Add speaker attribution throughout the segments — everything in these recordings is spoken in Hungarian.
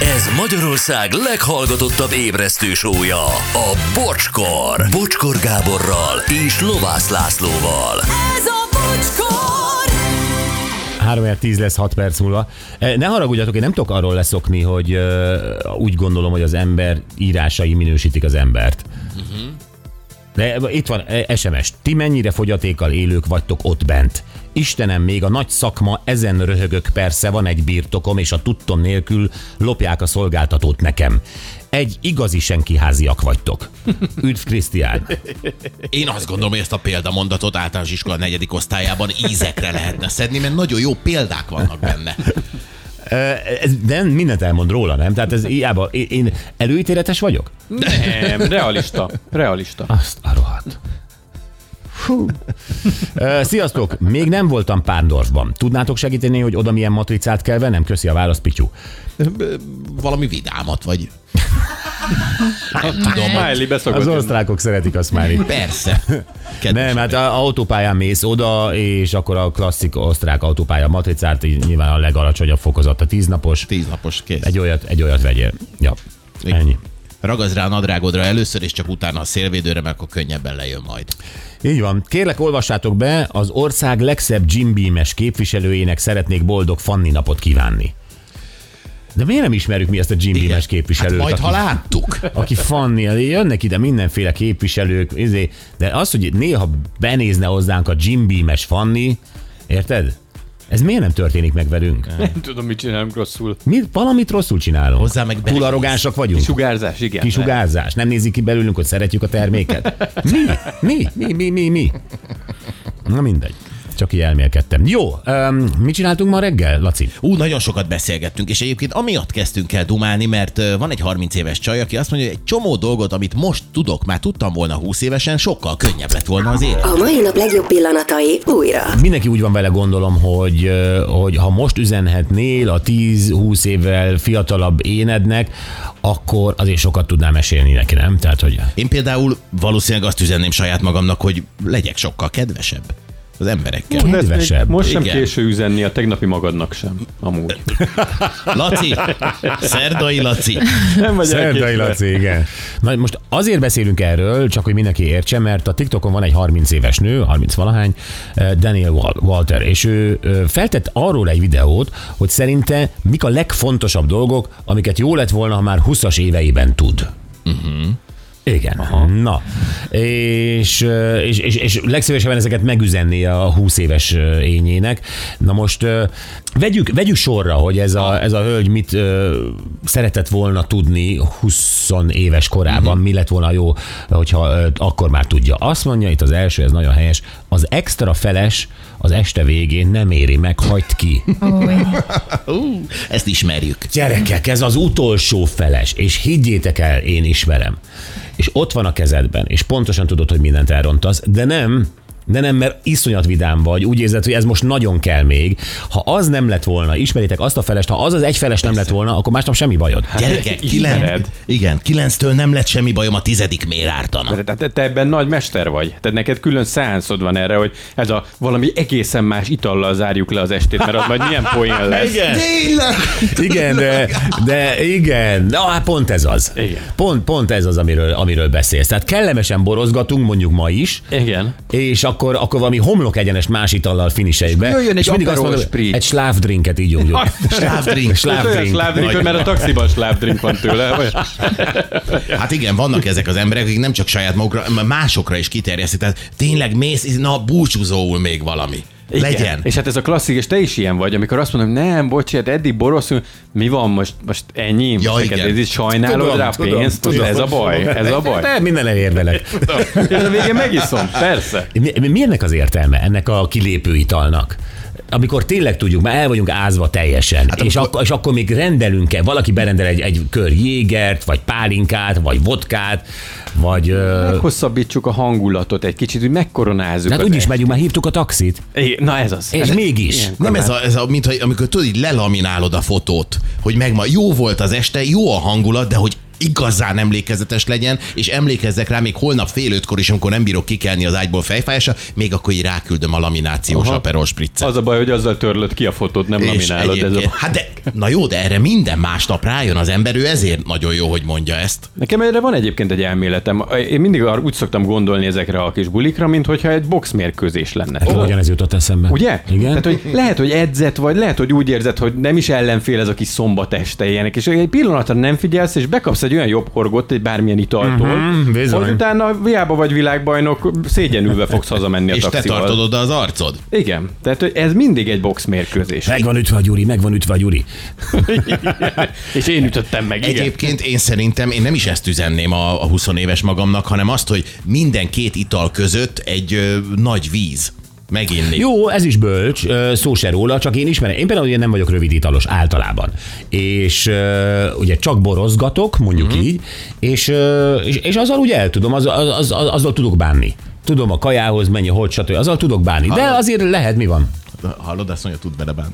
Speaker 1: Ez Magyarország leghallgatottabb ébresztő sója, a Bocskor. Bocskor Gáborral és Lovász Lászlóval.
Speaker 2: Ez a bocskor!
Speaker 3: 3 10 lesz 6 perc múlva. Eh, Ne haragudjatok, én nem tudok arról leszokni, hogy ö, úgy gondolom, hogy az ember írásai minősítik az embert. De itt van eh, SMS. Ti mennyire fogyatékkal élők vagytok ott bent? Istenem, még a nagy szakma, ezen röhögök persze, van egy birtokom, és a tudtom nélkül lopják a szolgáltatót nekem. Egy igazi senkiháziak vagytok. Üdv Krisztián.
Speaker 4: Én azt gondolom, hogy ezt a példamondatot általános iskola negyedik osztályában ízekre lehetne szedni, mert nagyon jó példák vannak benne.
Speaker 3: Ez, de mindent elmond róla, nem? Tehát ez hiába, én- én előítéletes vagyok?
Speaker 5: Nem, realista. Realista.
Speaker 3: Azt a rohadt. Hú. Ö, Sziasztok! Még nem voltam Pándorfban. Tudnátok segíteni, hogy oda milyen matricát kell vennem? Köszi a választ, Pityu.
Speaker 4: Valami vidámat vagy. Nem tudom, hogy...
Speaker 5: Miley beszokott.
Speaker 3: Az
Speaker 5: jönni.
Speaker 3: osztrákok szeretik azt már itt.
Speaker 4: Persze. Kedves.
Speaker 3: Nem, hát a autópályán mész oda, és akkor a klasszik osztrák autópálya matricát, így nyilván a legalacsonyabb fokozat a tíznapos.
Speaker 4: Tíznapos kész.
Speaker 3: Egy olyat, egy olyat vegyél. Ja, ennyi.
Speaker 4: Ragazd rá a nadrágodra először, és csak utána a szélvédőre, mert akkor könnyebben lejön majd.
Speaker 3: Így van. Kérlek, olvassátok be, az ország legszebb Jim Beam-es képviselőjének szeretnék boldog Fanni napot kívánni. De miért nem ismerjük mi ezt a Jim Beam-es képviselőt?
Speaker 4: Hát majd,
Speaker 3: aki-
Speaker 4: ha láttuk.
Speaker 3: aki fanni, jönnek ide mindenféle képviselők, izé, de az, hogy néha benézne hozzánk a Jim Beam-es fanni, érted? Ez miért nem történik meg velünk?
Speaker 5: Nem tudom, mit csinálunk rosszul.
Speaker 3: Mi valamit rosszul csinálunk.
Speaker 4: Hozzá meg
Speaker 3: Túl arrogánsak vagyunk.
Speaker 5: Sugárzás, igen.
Speaker 3: Kisugárzás. Nem nézik ki belőlünk, hogy szeretjük a terméket. Mi? Mi? Mi? Mi? Mi? Mi? Na mindegy. Csak így elmélkedtem. Jó, um, mit csináltunk ma reggel, Laci?
Speaker 4: Ú, nagyon sokat beszélgettünk, és egyébként amiatt kezdtünk el dumálni, mert ö, van egy 30 éves csaj, aki azt mondja, hogy egy csomó dolgot, amit most tudok, már tudtam volna 20 évesen, sokkal könnyebb lett volna az élet.
Speaker 6: A mai nap legjobb pillanatai újra.
Speaker 3: Mindenki úgy van vele, gondolom, hogy, ö, hogy ha most üzenhetnél a 10-20 évvel fiatalabb énednek, akkor azért sokat tudnál mesélni neki, nem? Tehát, hogy
Speaker 4: Én például valószínűleg azt üzenném saját magamnak, hogy legyek sokkal kedvesebb az emberekkel.
Speaker 5: De ezt még
Speaker 3: kedvesebb.
Speaker 5: Most sem
Speaker 4: Igen.
Speaker 5: késő üzenni a tegnapi magadnak sem, amúgy.
Speaker 4: Laci, szerdai Laci.
Speaker 5: Nem vagy
Speaker 3: Szerdai
Speaker 5: elkészülve.
Speaker 3: Laci, igen. Na, most azért beszélünk erről, csak hogy mindenki értse, mert a TikTokon van egy 30 éves nő, 30 valahány, eh, Daniel Wal- Walter, és ő ö, feltett arról egy videót, hogy szerinte mik a legfontosabb dolgok, amiket jó lett volna, ha már 20-as éveiben tud. Igen. Aha. Na, és, ö, és, és, és legszívesebben ezeket megüzenné a 20 éves ö, ényének. Na most ö, vegyük, vegyük sorra, hogy ez a, ez a hölgy mit ö, szeretett volna tudni 20 éves korában, mi lett volna jó, hogyha ö, akkor már tudja. Azt mondja itt az első, ez nagyon helyes, az extra feles az este végén nem éri meg, hagyd ki.
Speaker 4: Ú, ezt ismerjük.
Speaker 3: Gyerekek, ez az utolsó feles, és higgyétek el, én ismerem. És ott van a kezedben, és pontosan tudod, hogy mindent elrontasz, de nem, de nem, mert iszonyat vidám vagy, úgy érzed, hogy ez most nagyon kell még. Ha az nem lett volna, ismeritek azt a felest, ha az az egy feles nem lett volna, akkor másnap semmi bajod.
Speaker 4: Gyerekek, kilenc,
Speaker 5: Hát, Ismered.
Speaker 4: igen, kilenctől nem lett semmi bajom, a tizedik miért ártana?
Speaker 5: De te- te, te ebben nagy mester vagy. Tehát neked külön szeánszod van erre, hogy ez a valami egészen más itallal zárjuk le az estét, mert az majd milyen poén lesz.
Speaker 4: Tényleg?
Speaker 3: Igen, de, de igen, na hát pont ez az.
Speaker 5: Igen.
Speaker 3: Pont, pont ez az, amiről, amiről beszélsz. Tehát kellemesen borozgatunk, mondjuk ma is,
Speaker 5: Igen.
Speaker 3: és akkor, akkor valami homlok egyenes más itallal finiseljük be.
Speaker 5: jöjjön egy
Speaker 3: és mindig azt
Speaker 5: Aperol
Speaker 3: mondom,
Speaker 5: Spritz.
Speaker 3: egy slávdrinket így jó.
Speaker 4: Slávdrink.
Speaker 5: Olyan
Speaker 3: Slávdrink.
Speaker 5: slávdrink, hogy
Speaker 4: Nagyon.
Speaker 5: már a taxiban slávdrink van tőle. Olyan.
Speaker 4: Hát igen, vannak ezek az emberek, akik nem csak saját magukra, másokra is kiterjesztik. Tehát tényleg mész, na búcsúzóul még valami.
Speaker 5: Igen.
Speaker 4: Legyen.
Speaker 5: És hát ez a klasszik, és te is ilyen vagy, amikor azt mondom, nem, bocsánat, eddig boroszul, mi van most, most ennyi? Most
Speaker 4: Ja,
Speaker 5: neked
Speaker 4: igen.
Speaker 5: Ez is sajnálod
Speaker 3: Tudom,
Speaker 5: rá
Speaker 3: tudom,
Speaker 5: pénzt? Most
Speaker 3: tudom. Hát
Speaker 5: ez a baj, ez a baj.
Speaker 3: De minden elérvelek.
Speaker 5: És a végén megiszom, persze.
Speaker 3: Mi, mi ennek az értelme, ennek a kilépő italnak? Amikor tényleg tudjuk, már el vagyunk ázva teljesen, hát, és, akkor, és akkor még rendelünk-e, valaki berendel egy, egy kör jégert, vagy pálinkát, vagy vodkát, vagy... ö,
Speaker 5: Hosszabbítsuk a hangulatot egy kicsit, hogy megkoronázzuk.
Speaker 3: Hát
Speaker 5: az
Speaker 3: úgyis
Speaker 5: est-
Speaker 3: megyünk, már hívtuk a taxit,
Speaker 5: Igen, Na ez az.
Speaker 3: és mégis.
Speaker 4: Nem ez a, ez a mint hogy, amikor tudod, így lelaminálod a fotót, hogy megma, jó volt az este, jó a hangulat, de hogy igazán emlékezetes legyen, és emlékezzek rá még holnap fél ötkor is, amikor nem bírok kikelni az ágyból fejfájása, még akkor így ráküldöm a laminációs
Speaker 5: Aha.
Speaker 4: aperol spriccet.
Speaker 5: Az a baj, hogy azzal törlöd ki a fotót, nem
Speaker 4: És
Speaker 5: laminálod. Ez a...
Speaker 4: egyébként- Hát de, na jó, de erre minden másnap rájön az ember, ő ezért nagyon jó, hogy mondja ezt.
Speaker 5: Nekem erre van egyébként egy elméletem. Én mindig ar- úgy szoktam gondolni ezekre a kis bulikra, mintha egy boxmérkőzés lenne.
Speaker 4: Hát
Speaker 3: Nekem
Speaker 5: Tudod?
Speaker 3: Hát ugyanez jutott eszembe.
Speaker 5: Ugye?
Speaker 3: Igen.
Speaker 5: Tehát, hogy lehet, hogy edzett vagy, lehet, hogy úgy érzed, hogy nem is ellenfél ez a kis szombat este ilyenek, és egy pillanatra nem figyelsz, és bekapsz egy olyan jobb horgot, egy bármilyen italtól,
Speaker 3: Mhm, bizony.
Speaker 5: hogy utána hiába vagy világbajnok, szégyenülve fogsz hazamenni a
Speaker 4: És te
Speaker 5: taxival.
Speaker 4: tartod oda az arcod.
Speaker 5: Igen, tehát hogy ez mindig egy boxmérkőzés.
Speaker 3: Meg van ütve a Gyuri, meg van ütve a Gyuri.
Speaker 5: és én ütöttem meg, igen.
Speaker 4: Egyébként én szerintem én nem is ezt üzenném a, a 20 éves magamnak, hanem azt, hogy minden két ital között egy ö, nagy víz meginni.
Speaker 3: Jó, ez is bölcs, ö, szó se róla, csak én ismerem. Én például ugye nem vagyok rövid italos általában. És ö, ugye csak borozgatok, mondjuk mm-hmm. így, és, ö, és, és azzal ugye el tudom, az, az, az, az, azzal tudok bánni. Tudom a kajához mennyi, hogy, stb. Azzal tudok bánni. De azért lehet, mi van?
Speaker 4: Hallod, azt mondja, tud belebánni.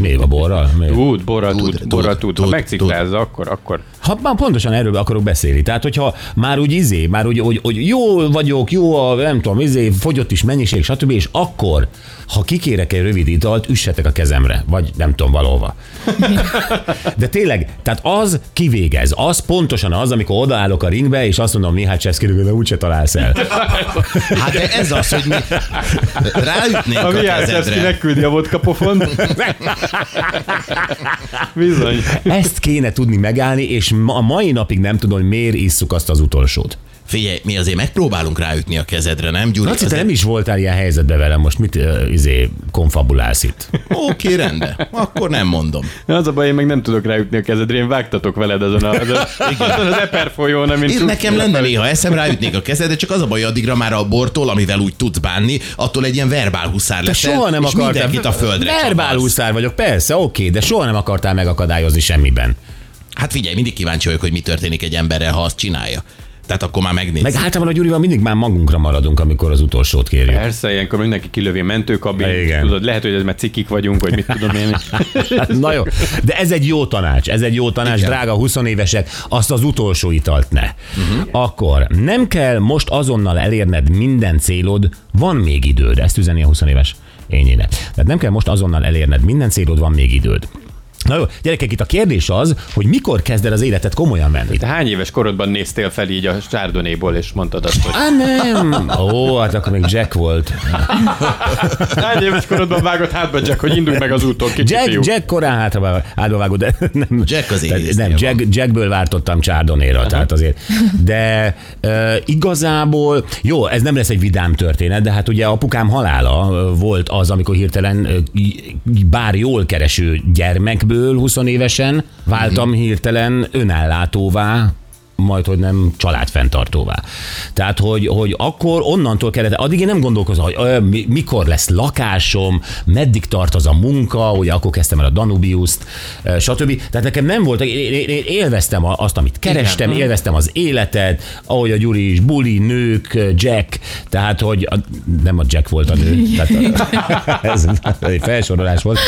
Speaker 3: Még a borral? Még.
Speaker 5: Tud, borra
Speaker 4: Tud,
Speaker 5: tud,
Speaker 4: tud,
Speaker 5: borra tud. Ha
Speaker 4: tud,
Speaker 5: megciklázza, akkor, akkor.
Speaker 3: Ha már pontosan erről akarok beszélni. Tehát, hogyha már úgy izé, már úgy, hogy, hogy jó vagyok, jó a, nem tudom, izé, fogyott is mennyiség, stb. És akkor, ha kikérek egy rövid italt, üssetek a kezemre, vagy nem tudom, valahova. De tényleg, tehát az kivégez, az pontosan az, amikor odaállok a ringbe, és azt mondom, Mihály Cseszkirő, de úgyse találsz el.
Speaker 4: Hát de ez az, hogy mi ráütnénk a,
Speaker 5: A Viászewski
Speaker 4: kezedre.
Speaker 5: megküldi a vodka pofont. Bizony.
Speaker 3: Ezt kéne tudni megállni, és ma- a mai napig nem tudom, hogy miért isszuk azt az utolsót.
Speaker 4: Figyelj, mi azért megpróbálunk ráütni a kezedre, nem Gyuri?
Speaker 3: Laci, te
Speaker 4: Azért-
Speaker 3: nem is voltál ilyen helyzetben velem, most mit ö, izé, konfabulálsz itt?
Speaker 4: Oké, rendben. Akkor nem mondom.
Speaker 5: Az a baj, én meg nem tudok ráütni a kezedre, én vágtatok veled azon, a, azon, azon az eper folyón, amint
Speaker 4: Én
Speaker 5: tudsz-
Speaker 4: nekem lenne néha eszem, ráütnék a kezedre, csak az a baj, addigra már a bortól, amivel úgy tudsz bánni, attól egy ilyen verbál huszár
Speaker 3: Te
Speaker 4: leszel,
Speaker 3: soha nem
Speaker 4: és
Speaker 3: akartál.
Speaker 4: mindenkit a földre
Speaker 3: Verbál
Speaker 4: csavarsz.
Speaker 3: úszár vagyok, persze, oké, de soha nem akartál megakadályozni semmiben.
Speaker 4: Hát figyelj, mindig kíváncsi vagyok, hogy mi történik egy emberrel, ha azt csinálja. Tehát akkor már megnézzük.
Speaker 3: Meg általában a Gyurival mindig már magunkra maradunk, amikor az utolsót kérjük. Hát,
Speaker 5: Persze, ilyenkor mindenki kilövi a mentőkabin,
Speaker 3: Igen. Hát
Speaker 5: tudod, lehet, hogy ez már cikik vagyunk, vagy mit tudom én.
Speaker 3: Na jó, de ez egy jó tanács, ez egy jó tanács, Igen.
Speaker 4: Igen.
Speaker 3: drága 20 évesek, azt az utolsó italt ne.
Speaker 4: Mhm.
Speaker 3: Uh-huh. Akkor nem kell most azonnal elérned minden célod, van még időd, ezt üzeni a 20 éves ényének. Tehát nem kell most azonnal elérned minden célod, van még időd. Na jó, gyerekek, itt a kérdés az, hogy mikor kezded az életet komolyan venni.
Speaker 5: Te hány éves korodban néztél fel így a sárdonéból, és mondtad azt, hogy
Speaker 3: Á, nem! Ó, hát akkor még Jack volt.
Speaker 5: hány éves korodban vágott hátba, Jack, hogy induljunk meg az úton, kicsit fiú.
Speaker 3: Jack, Jack korán hátra átbavágó, de nem.
Speaker 4: Jack az
Speaker 3: tehát
Speaker 4: éhésznél
Speaker 3: Nem,
Speaker 4: van.
Speaker 3: Jack, Jackből váltottam Csárdonéra, tehát azért. De e, igazából, jó, ez nem lesz egy vidám történet, de hát ugye apukám halála ö, volt az, amikor hirtelen ö, í- bár jól kereső gyermekből 20 évesen váltam hirtelen önellátóvá, majd, hogy nem családfenntartóvá. Tehát, hogy, hogy akkor onnantól kellett, addig én nem gondolkozom, hogy ö, mi, mikor lesz lakásom, meddig tart az a munka, ugye akkor kezdtem el a Danubiuszt, ö, stb. Tehát nekem nem volt, én, én, én élveztem a- azt, amit kerestem, Igen. élveztem az életet, ahogy a Gyuri is, buli, nők, ö, Jack, tehát, hogy a, nem a Jack volt a nő, tehát ez egy felsorolás volt.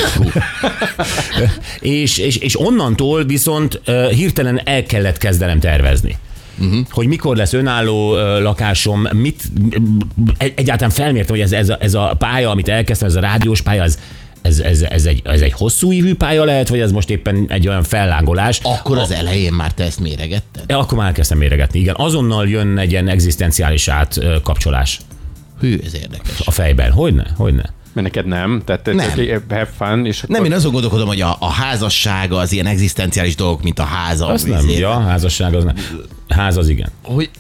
Speaker 3: és, és, és onnantól viszont ö, hirtelen el kellett kezdenem tervezni.
Speaker 4: Mhm.
Speaker 3: Uh-huh. Hogy mikor lesz önálló ö, lakásom, mit egy- egyáltalán felmértem, hogy ez, ez, a, ez a pálya, amit elkezdtem, ez a rádiós pálya, ez, ez, ez, ez, egy, ez egy hosszú ívű pálya lehet, vagy ez most éppen egy olyan fellángolás.
Speaker 4: Akkor az elején már te ezt méregetted?
Speaker 3: E, Akkor már elkezdtem méregetni, igen. Azonnal jön egy ilyen egzisztenciális átkapcsolás
Speaker 4: Hű, ez érdekes.
Speaker 3: a fejben. Hogyne? Hogyne?
Speaker 5: Mert neked nem, tehát te,
Speaker 4: Nem.
Speaker 5: te- have fun, és akkor
Speaker 4: Nem, én azon gondolkodom, hogy a, a házassága az ilyen egzisztenciális dolgok, mint a háza.
Speaker 3: Azt nem, ja, házasság az nem. Ház az igen.
Speaker 4: Hogy,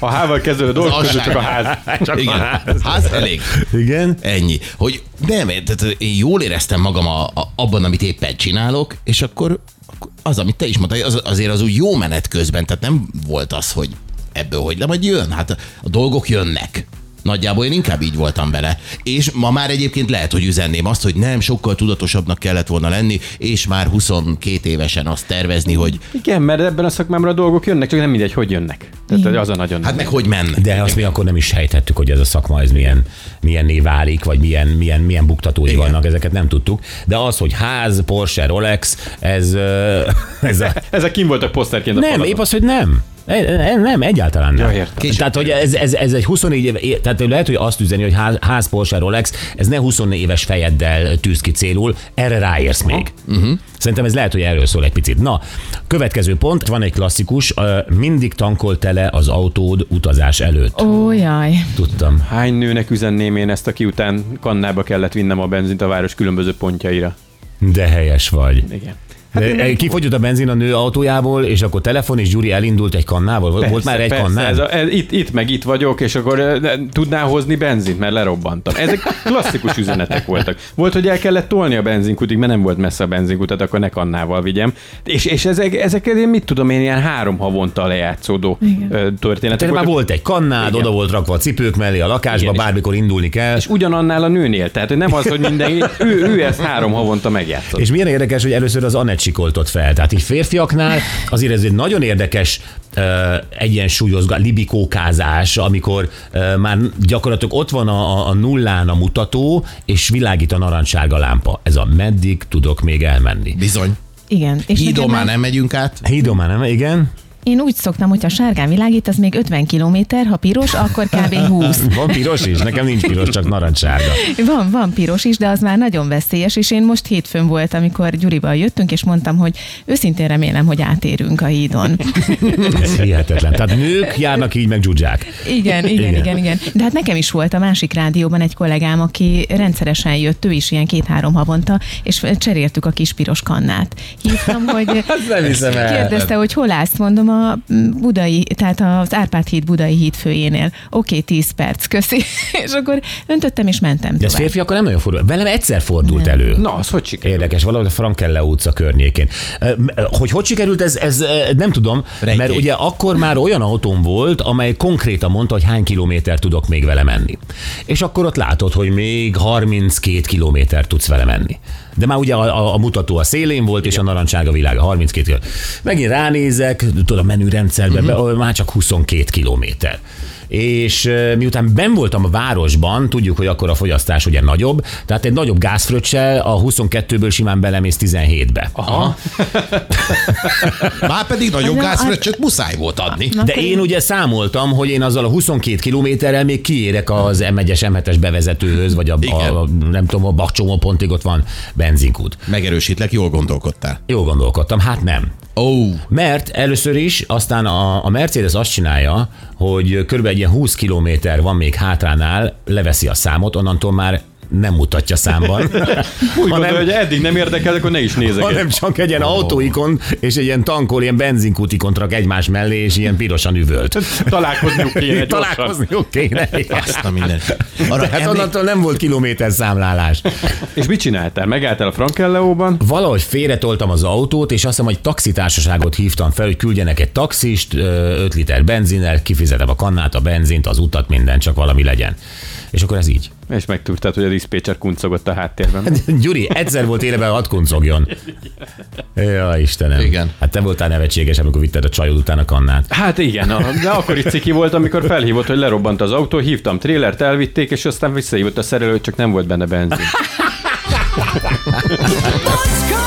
Speaker 5: a hával kezdődő dolgok közül csak a ház.
Speaker 4: Csak Igen. ház. ház elég.
Speaker 3: Igen?
Speaker 4: Ennyi. Hogy nem, tehát én jól éreztem magam a, a, abban, amit éppen csinálok, és akkor akkor az, amit te is mondtál, az, azért az úgy jó menet közben, tehát nem volt az, hogy ebből hogy le, majd jön, hát a, a dolgok jönnek. Nagyjából én inkább így voltam vele. És ma már egyébként lehet, hogy üzenném azt, hogy nem, sokkal tudatosabbnak kellett volna lenni, és már 22 évesen azt tervezni, hogy
Speaker 5: Igen, mert ebben a szakmámra a dolgok jönnek, csak nem mindegy, hogy jönnek. Tehát hogy az a nagyon.
Speaker 4: hát meg hogy men.
Speaker 3: De azt mi akkor nem is sejtettük, hogy ez a szakma ez milyen, milyenné válik, vagy milyen, milyen, milyen buktatói
Speaker 4: Igen.
Speaker 3: vannak, ezeket nem tudtuk. De az, hogy ház, Porsche, Rolex, ez, ö, ez a...
Speaker 5: Ezek kim voltak poszterként a
Speaker 3: Nem,
Speaker 5: falon.
Speaker 3: épp az, hogy nem. E- e- Nem, egyáltalán nem.
Speaker 5: Ja, értem.
Speaker 3: Később. Tehát, hogy ez, ez, ez egy 24 év, tehát lehet, hogy azt üzeni, hogy ház, ház Porsche, Rolex, ez ne 24 éves fejeddel tűz ki célul, erre ráérsz még.
Speaker 5: Mhm.
Speaker 3: Uh-huh. Szerintem ez lehet, hogy erről szól egy picit. Na, következő pont, van egy klasszikus, ö, mindig tankol tele az autód utazás előtt.
Speaker 7: Ó, jaj.
Speaker 3: Tudtam.
Speaker 5: Hány nőnek üzenném én ezt, aki után kannába kellett vinnem a benzint a város különböző pontjaira?
Speaker 3: De helyes vagy.
Speaker 5: Igen.
Speaker 3: Hát Kifogyott a benzin a nő autójából, és akkor telefon, és Gyuri elindult egy kannával. Persze, Volt már egy
Speaker 5: persze,
Speaker 3: kannál?
Speaker 5: Ez a, ez, itt, itt meg itt vagyok, és akkor eh, de- tudnál hozni benzint, mert lerobbantam. Ezek klasszikus üzenetek voltak. Volt, hogy el kellett tolni a benzinkutig, mert nem volt messze a benzinkutat, akkor ne kannával vigyem. És, és ezek, ezeket én mit tudom én, ilyen három havonta lejátszódó Igen. történetek
Speaker 3: Tehát Hát már
Speaker 5: voltak.
Speaker 3: volt egy kannád,
Speaker 5: Igen.
Speaker 3: oda volt rakva a cipők mellé a lakásba,
Speaker 5: Igen, és-
Speaker 3: bármikor indulni kell. És,
Speaker 5: És ugyanannál a nőnél, tehát hogy nem az, hogy minden, ő, ő ezt három havonta megjátszott.
Speaker 3: és milyen érdekes, hogy először az Anett sikoltott fel. Tehát így férfiaknál azért ez egy nagyon érdekes uh, egyensúlyozga, libikókázás, amikor uh, már gyakorlatilag ott van a, a- a nullán a mutató, és világít a narancssárga lámpa. Ez a meddig tudok még elmenni.
Speaker 4: Bizony.
Speaker 7: Igen. És nekem
Speaker 4: Hídon
Speaker 7: már-
Speaker 4: már nem megyünk át.
Speaker 3: Hídom már nem, igen?
Speaker 7: Én úgy szoktam, hogyha sárgán világít, az még 50 km, ha piros, akkor kb. 20.
Speaker 3: Van piros is? Nekem nincs piros, csak narancssárga.
Speaker 7: Van, van piros is, de az már nagyon veszélyes, és én most hétfőn volt, amikor Gyurival jöttünk, és mondtam, hogy őszintén remélem, hogy átérünk a hídon.
Speaker 3: Ez hihetetlen. Tehát nők járnak így, meg dzsudzsák.
Speaker 7: Igen, igen,
Speaker 3: Igen.
Speaker 7: igen, igen. De hát nekem is volt a másik rádióban egy kollégám, aki rendszeresen jött, ő is ilyen két-három havonta, és cseréltük a kis piros kannát. Hívtam, hogy
Speaker 3: nem hiszem el.
Speaker 7: kérdezte, hogy hol állsz, mondom, a budai, tehát az Árpád híd budai híd főjénél. Oké, okay, 10 perc, köszi. És akkor öntöttem és mentem
Speaker 3: De ez
Speaker 7: tovább.
Speaker 3: férfiakkal nem nagyon fordul. Velem egyszer fordult elő.
Speaker 5: Na, az hogy sikerült?
Speaker 3: Érdekes, valahol a Frankelle utca környékén. Ö, m- ö, Hogy hogy sikerült, ez, ez ö, nem tudom,
Speaker 4: Rejtély.
Speaker 3: mert ugye akkor már olyan autóm volt, amely konkrétan mondta, hogy hány kilométer tudok még vele menni. És akkor ott látod, hogy még 32 kilométer tudsz vele menni. De már ugye a, a, a mutató a szélén volt, és a narancsága világa 32 kilométer. Megint ránézek, tudod, a menürendszerben, uh-huh. már csak 22 kilométer. És ö, miután ben voltam a városban, tudjuk, hogy akkor a fogyasztás ugye nagyobb, tehát egy nagyobb gázfröccsel a 22-ből simán belemész 17-be. Aha.
Speaker 4: Már pedig nagyobb
Speaker 7: Na,
Speaker 4: gázfröccsöt muszáj volt adni.
Speaker 3: De én ugye számoltam, hogy én azzal a 22 kilométerrel még kiérek az M1-es, M7-es bevezetőhöz, vagy a,
Speaker 4: Igen.
Speaker 3: a, a nem tudom, a Bakcsomó pontig ott van benzinkút.
Speaker 4: Megerősítlek, jól gondolkodtál.
Speaker 3: Jó gondolkodtam, hát nem.
Speaker 4: Ó, oh,
Speaker 3: Mert először is, aztán a, a Mercedes azt csinálja, hogy körülbelül egy ilyen 20 kilométer van még hátránál, leveszi a számot, onnantól már nem mutatja számban.
Speaker 5: Úgy gondolom,
Speaker 3: hanem-
Speaker 5: hogy eddig nem érdekel, akkor ne is nézek.
Speaker 3: hanem csak egy ilyen autóikon és egy ilyen tankol, ilyen benzinkútikon rak egymás mellé, és ilyen pirosan üvölt.
Speaker 5: Találkozniuk kéne gyorsan.
Speaker 3: Találkozniuk kéne.
Speaker 4: azt a mindent. Arra
Speaker 3: Hát onnantól nem volt kilométerszámlálás.
Speaker 5: És mit csináltál? Megálltál a Frankelleóban?
Speaker 3: Valahogy félretoltam az autót, és azt hiszem, hogy taxitársaságot hívtam fel, hogy küldjenek egy taxist, 5 liter benzinnel, kifizetem a kannát, a benzint, az utat, minden, csak valami legyen. És akkor ez így.
Speaker 5: És megtudtad, hogy a diszpécser kuncogott a háttérben.
Speaker 3: Gyuri, egyszer volt életben, hadd kuncogjon. Ja, Istenem.
Speaker 4: Igen.
Speaker 3: Hát te voltál nevetséges, amikor vitted a csajod után a kannát.
Speaker 5: Hát igen, a- de akkor is ciki volt, amikor felhívott, hogy lerobbant az autó, hívtam trélert, elvitték, és aztán visszahívott a szerelő, hogy csak nem volt benne benzin.
Speaker 2: Bocskor!